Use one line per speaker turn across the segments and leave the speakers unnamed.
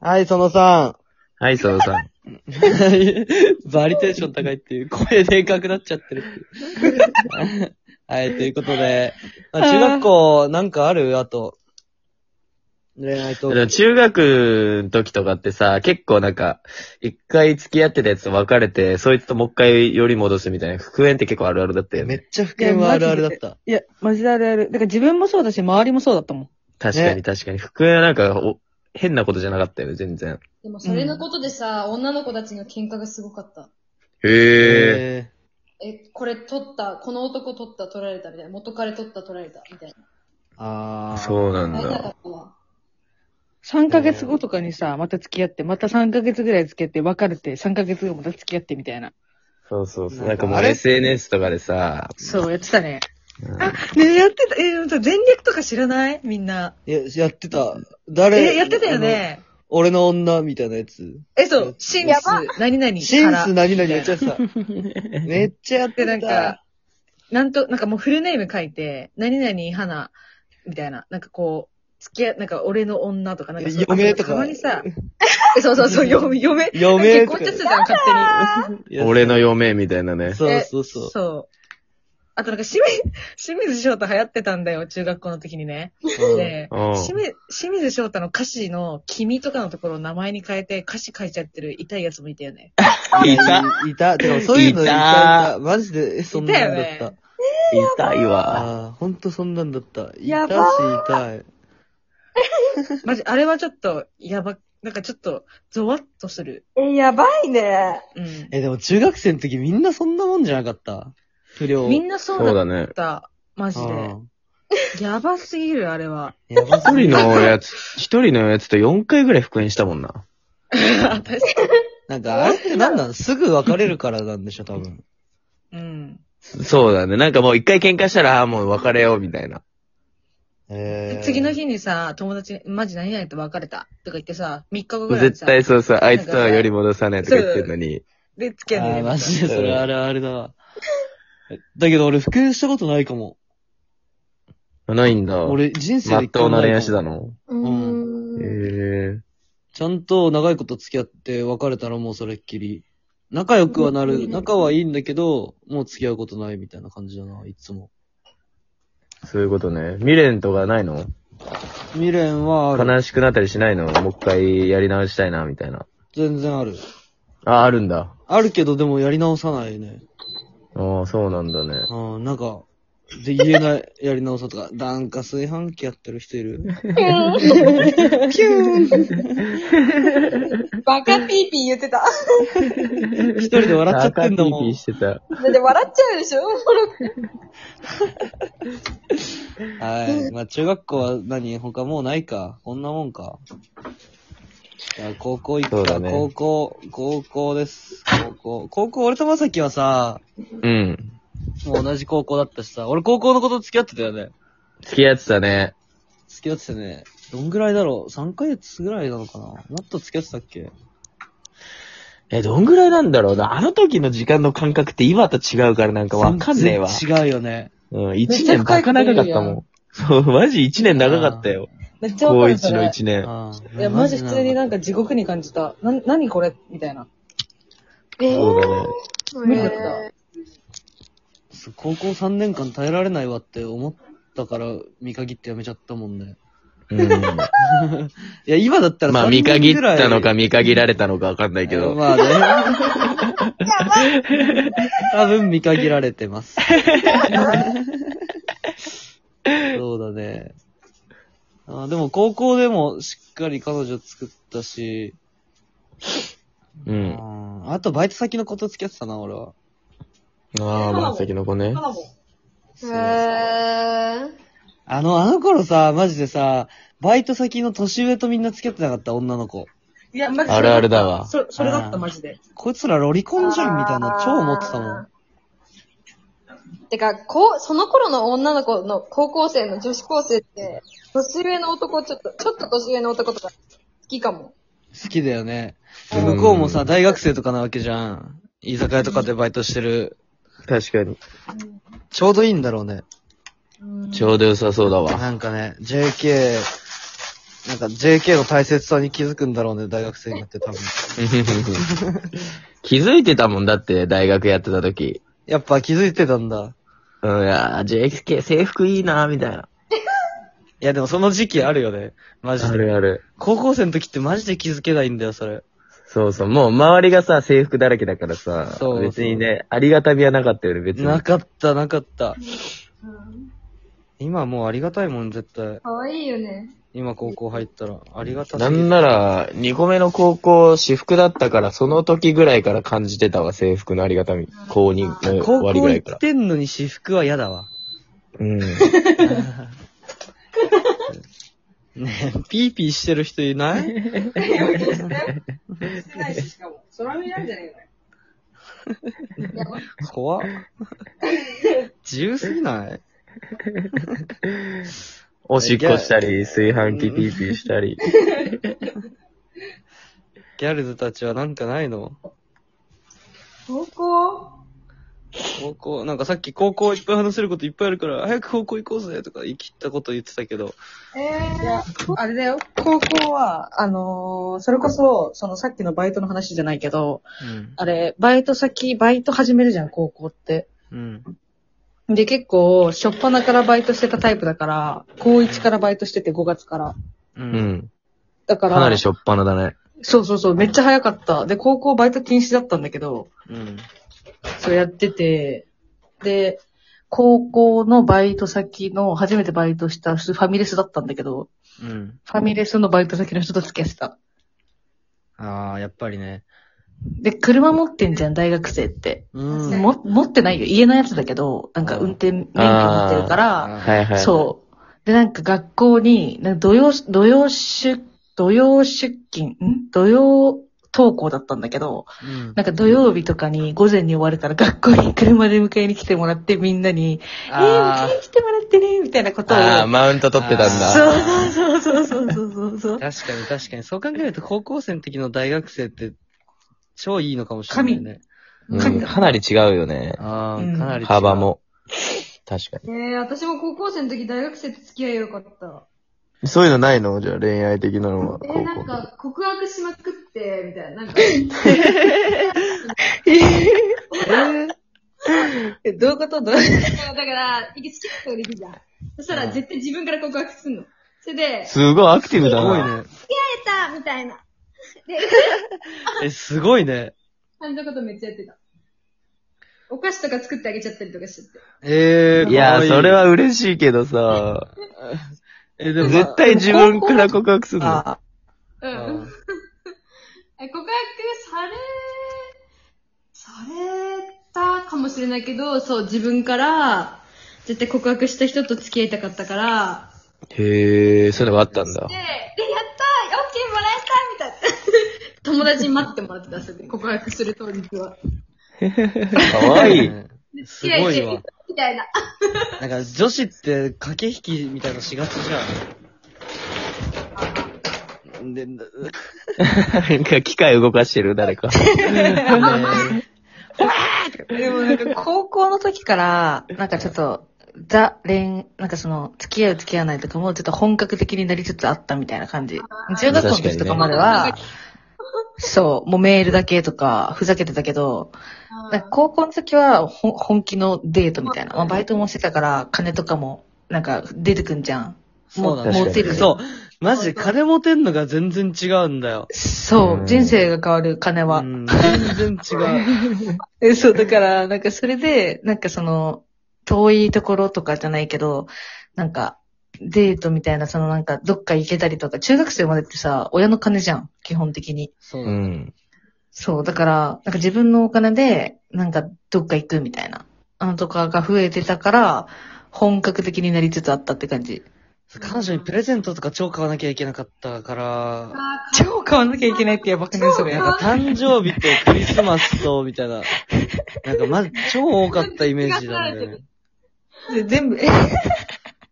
はい、そのさ
はい、そうさん。
バリテンション高いっていう、声でかくなっちゃってるっていう。 はい、ということで、あ中学校なんかあるあと、恋愛ト
でも
ーク。
中学の時とかってさ、結構なんか、一回付き合ってたやつと別れて、そいつともう一回寄り戻すみたいな、復縁って結構あるあるだったよ
めっ
ね。
ちゃ不見はあるあるだった。
いや、マジであるある。だから自分もそうだし、周りもそうだったもん。
確かに確かに。復縁はなんかお、変なことじゃなかったよね、全然。
でもそれのことでさ、女の子たちの喧嘩がすごかった。
え。
え
え、これ取った、この男取った、取られたみたいな。元彼取った、取られたみたい
ー。あー。
そうなん
な。会えなか
だ。
ったわ。
3ヶ月後とかにさ、また付き合って、また3ヶ月ぐらい付き合って、別れて、3ヶ月後また付き合ってみたいな。
そうそうそう。
な
なんん
か
かも
あ
う
れ
SNS とかでさ、
そう、やってたね。
うん
ねやってた、えー、前略とか知らないみんな。
いや、やってた。誰
え、やってたよ。ね。
あの俺の女みたいなやつ。
え、そう、シンス、何々
シ
か
ン
ら
ス。何々やっちゃってた。めっちゃやってた。
で、なんか、なんと、なんかもうフルネーム書いて、何々花、みたいな。なんかこう、付き合い、なんか俺の女とか、なんかそう
嫁とか
たま にさ、え、そうそうそう、嫁、嫁。
嫁
結
と
婚
か
しちゃってたの、勝手
いや
俺の嫁みたいなね。
そう
え
そうそ
に。
う。
そう。あとなんか、清水、 清水翔太流行ってたんだよ、中学校の時にね。
うん
で、
うん
清水清水翔太の歌詞の君とかのところを名前に変えて歌詞書いちゃってる痛いやつもいたよね。
いた、
いた。でもそういうのいた。い
いた
たマジで、えそんなんだ
い
った
よ
た
ね。
痛いわ。
ああ、ほんとそんなんだった。い
や
たし、
ば
痛い。
マジ、あれはちょっと、やば、なんかちょっと、ゾワッとする。
え、やばいね。
うん。
え、でも中学生の時みんなそんなもんじゃなかった不良。
みんなそう
そう
だっ
だね。
た。マジで。
うん
やばすぎる、あれは。
やば
一
すぎ
人
る。
のやつ、一人のやつと4回ぐらい復縁したもんな。
確か
なんか、あれってなんなのすぐ別れるからなんでしょ、多分。
に。うん。
そうだね。なんかもう一回喧嘩したら、あーもう別れよう、みたいな。
えー
次の日にさ、友達に、マジ何々と別れた。とか言ってさ、3日後ぐらいに
絶
さ、
対そうそう、あいつとはより戻さないとか言ってんのに。
で、付き合
あ
う
ー
んだ
マ
よ。
ジでそれあれあれだわ。だけど俺、復縁したことないかも。
ないんだ。
俺、人生
ま
で
っ
一回
とう
も
な
か
い恋
も
愛してたの
う
へ
ーん。
え。
ちゃんと長いこと付き合って別れたらもうそれっきり。仲良くはなる、仲はいいんだけど、もう付き合うことないみたいな感じだな、いつも。
そういうことね。未練とかないの
未練はある。
悲しくなったりしないのもう一回やり直したいな、みたいな。
全然ある。
あ、あるんだ。
あるけど、でもやり直さないね。
ああ、そうなんだね。
うん、なんか、で、言えない、やり直そうとか、 なんか炊飯器やってる人いる
バカピーピー言ってた。
一人で笑っちゃってんだ
あ
も
ピーピ
ん
ー。してた。
だって笑っちゃうでしょ
はい。まあ、中学校は何他もうないか。こんなもんか。じゃあ、高校行
そ
く
う
か、
だね
高校、高校です。高校。高校、俺とまさきはさ、
うん。
もう同じ高校だったしさ、俺高校のこと付き合ってたよね。
付き合ってたね。
付き合ってたね。どんぐらいだろう ?3 ヶ月ぐらいなのかなもっと付き合ってたっけ
え、どんぐらいなんだろうな。あの時の時間の感覚って今と違うからなんかわかんねえわ。
全然違うよね。
うん、一年バカ長かったもん。そう、マジ一年長かったよ。
めっちゃわ
高
かる
一
そ
の
れ。
一年。
い
いや、マジ普通になん
か。
か地獄に感じた。な、何これみたいな。
そうだね。
無理だった。
そう高校3年間耐えられないわって思ったから、見限ってやめちゃったもんね。
うん。
いや、今だったら
まあ、
3
見
年ぐらい
限ったのか見限られたのかわかんないけど。
まあね。 多分見限られて ます。そうだね。あでも高校でもしっかり彼女作ったし、
う。
うん
あ
ん、あとバイト先のこと付き合ってたな、俺は。
あ、まあ、先の子ね。
花も。
そう
へー。
あの、あの頃さ、マジでさ、バイト先の年上とみんな付き合ってなかった、女の子。
いや、マジ
あるあるだわ。
そ、それだっ
あー
た、マジで。
こいつらロリコンじゃんみたいな、超思ってたもん。
てか、こう、その頃の女の子の高校生の女子高生って、年上の男、ちょっと、ちょっと年上の男とか好きかも。
好きだよね。で
うん
向こうもさ、大学生とかなわけじゃん。居酒屋とかでバイトしてる。
確かに。
ちょうどいいんだろうね。
ちょうど良さそうだわ。
なんかね、JK、なんか JK の大切さに気づくんだろうね、大学生になって多分。
気づいてたもんだって、大学やってた時。
やっぱ気づいてたんだ。
うん、いやー、JK 制服いいなー、みたいな。
いやでもその時期あるよね。マジ
あ
で。
るある。
高校生の時ってマジで気づけないんだよ、それ。
そうそう、もう周りがさ、制服だらけだからさ、
そうそう
別にね、ありがたみはなかったよね、別に。
なかった、なかった。
うん
今もうありがたいもん、絶対。
かわいいよね。
今高校入ったら。ありがたす
な
ぎる
んなら、2個目の高校、私服だったから、その時ぐらいから感じてたわ、制服のありがたみ。高2の終
高
わりぐ
校
らいか
行
ら
っ。てんのに私服は嫌だ わ。
うん。
ねえ、ピーピーしてる人い ない
少ないし、しかも。空見なんじゃねえのやばい。
怖っ。自由すぎない
おしっこしたり、炊飯器ピーピーしたり。
ギャルズたちはなんかないの
高校
高校、なんかさっき高校いっぱい話せることいっぱいあるから、早く高校行こうぜとか言い切ったこと言ってたけど。
えー、いや、
あれだよ。高校は、あのーそれこそ、そのさっきのバイトの話じゃないけど、
うん。
あれ、バイト先、バイト始めるじゃん、高校って。
うん。
で、結構、初っ端からバイトしてたタイプだから、高1からバイトしてて5月から。
う。
うんん。
だか
からなり、しょっぱなだね。
そうそうそう、めっちゃ早かった。で、高校バイト禁止だったんだけど、
うん。
そうやってて、で、高校のバイト先の、初めてバイトした人、ファミレスだったんだけど、
うん。
ファミレスのバイト先の人と付き合ってた。
ああ、やっぱりね。
で、車持ってんじゃん、大学生って。
うん。
も、持ってないよ。家のやつだけど、なんか運転免許持ってるから、
はいはい。
そう。で、なんか学校に、なんか土曜、土曜出、土曜出勤、ん土曜登校だったんだけど、
うん。
なんか土曜日とかに午前に終わるから学校に車で迎えに来てもらってみんなに、えー、
あ
迎えに来てもらってね、みたいなことを。
ああ、マウント取ってたんだ。
そうそうそうそうそうそうそう
あ。。確かに確かに。そう考えると高校生の時の大学生って、超いいのかもしれないね。
うんかなり違うよね。
ああ、
うん
かなり違う
幅。も。確か
えー、私も高校生の時大学生と付き合いよかった。
に。そういうのないのじゃあ恋愛的なのは。
えー、なんか、告白しまくって、みたいな。 なんか、
え、どういうことどういう
だから、だから、いき好きな人ができるじゃん。そしたら、絶対自分から告白すんの。それで、やっ
すごいアクティブ
す
だ
ごい
な。
ね。
たみたいな。で、
え、すごいね。
感じのことめっちゃやってた。お菓子とか作ってあげちゃったりとかしちゃって。
ええ
いやー、それ
は。
は嬉しいけどさ、
え、でも、
絶対自分から告白するの。
あ
うん。 え告白され、されたかもしれないけど、そう、自分から、絶対告白した人と付き合いたかったから、
へえ、そういうのがあったんだ
で、で、。やったーオッケーもらえたみたいな。 友達に待ってもらってた、それで 告白する当日は。
かわいい。
い。す
付き合
ごい
て
わ。
みたいな。
なんか、女子って駆け引きみたいなのしがちじゃん。で、ね
なんか機械動かしてる、誰か。
あ。でもなんか高校の時から、なんかちょっと、ザ、恋、なんかその、付き合う付き合わないとかも、ちょっと本格的になりつつあったみたいな感じ。中学校の時とかまでは、そう、もうメールだけとか、ふざけてたけど、なんか高校の時はほん本気のデートみたいな。まあ、バイトもしてたから、金とかも、なんか出てくんじゃん。
そうなんだ
もう
よ
モテる
そう。マジで金持てんのが全然違うんだよ。
そうう、
ん
人生が変わる金は。
うん全然違う。
え、そう、だから、なんかそれで、なんかその、遠いところとかじゃないけど、なんか、デートみたいな、そのなんか、どっか行けたりとか、中学生までってさ、親の金じゃん、基本的に。
そう
う
なんだ。
ん。
そう、だから、なんか自分のお金で、なんか、どっか行くみたいな、あのとかが増えてたから、本格的になりつつあったって感じ。
彼女にプレゼントとか超買わなきゃいけなかったから、
超買わなきゃいけないってやばくないそれ。
なんか誕生日とクリスマスと、みたいな。なんかまず超多かったイメージなんだよね。
で全部、え、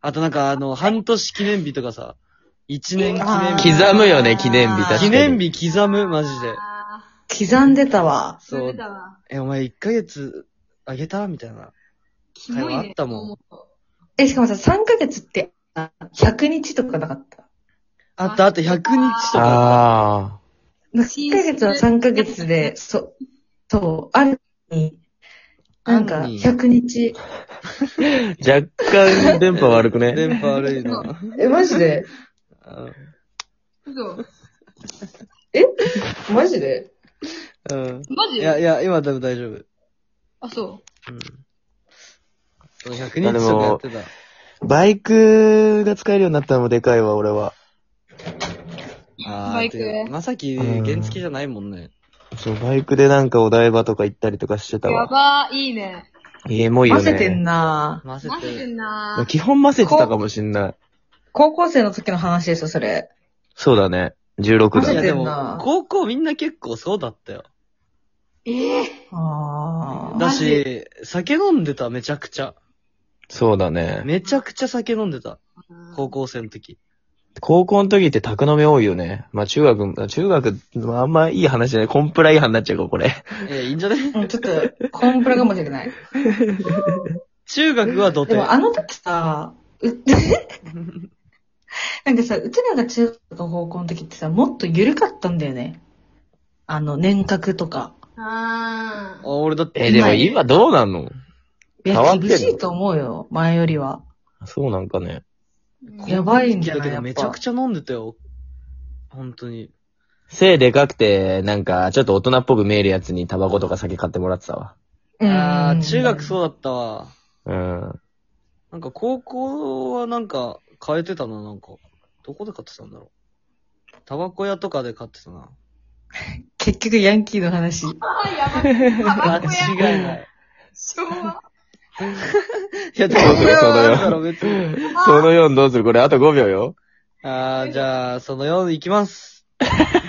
あとなんかあの、半年記念日とかさ、一年記
あ
念
ー
日。
刻むよね、記念日。確かに
記念日刻む、マジで。
あ
刻んでたわ。
ー、そ
そう
う。だわ。
え、お前1ヶ月あげたみたいな。
キモい
あ
ね。
ったもん
え、しかもさ、3ヶ月って、あ100日とかなかった。
あったあった、100日とか。
あ
1ヶ月は3ヶ月で、そ、そう、あるのに、なんか、
あるのに
100日。
あ。若干電波悪くね。
電波悪いな。
え、マジで
嘘
マジで
うん。
マ
い
ジ
や、いや、今多分大丈夫。
あ、そ
うん。100日とかやってた。
バイクが使えるようになったのもでかいわ、俺は。
あ
バ
ー
イ
て
ク
かまさき、
うん
原付じゃないもんね。
そう、バイクでなんかお台場とか行ったりとかしてた
う。や
わ。
ばー、いいね。
ええ、もういいよ
混
ね。
ぜてんな
混ぜ
マジ
て
で
る。
なー。
基本混ぜてたかもしんない。
高校生の時の話でしょ、それ。
そうだね。16
混ぜ
だ
て
い
ん
やで
ね。
な
も、高校みんな結構そうだったよ。
ええ
あー
だし、酒飲んでた、めちゃくちゃ。
そうだね。
めちゃくちゃ酒飲んでた。
ー。
高校生の時。
高校の時って宅飲み多いよね。まあ中学、中学、まああんまいい話じゃない。コンプラ違反になっちゃうか、これ。
いや、いいん じゃね
うんちょっと、コンプラかもしれない。
中学は土手
で。もあの時さ、う、 なんかさ、うちらが中学の高校の時ってさ、もっと緩かったんだよね。あの、年格とか。
あ
あ
ー。
俺だって。
え、でも今どうなんの
い
変
や
わっ、てんの
厳しいと思うよ、前よりは。
そうなんかね。
やばいんじゃ
だ
な
け
いや
ど
っぱ
めちゃくちゃ飲んでたよ。本当に。
背でかくて、なんか、ちょっと大人っぽく見えるやつにタバコとか酒買ってもらってたわ。
ああ、中学
う
そうだったわ。
うん。
なんか高校はなんか変えてたな、なんか。どこで買ってたんだろう。タバコ屋とかで買ってたな。
ん。結局ヤンキーの話。
あー、やばい。タバコ
間違
や
いない。
昭和。
いや、で
どうするその
なん
よ
だろう、別に。
その4どうするこれあと5秒よ。
ああ、じゃあ、その4いきます。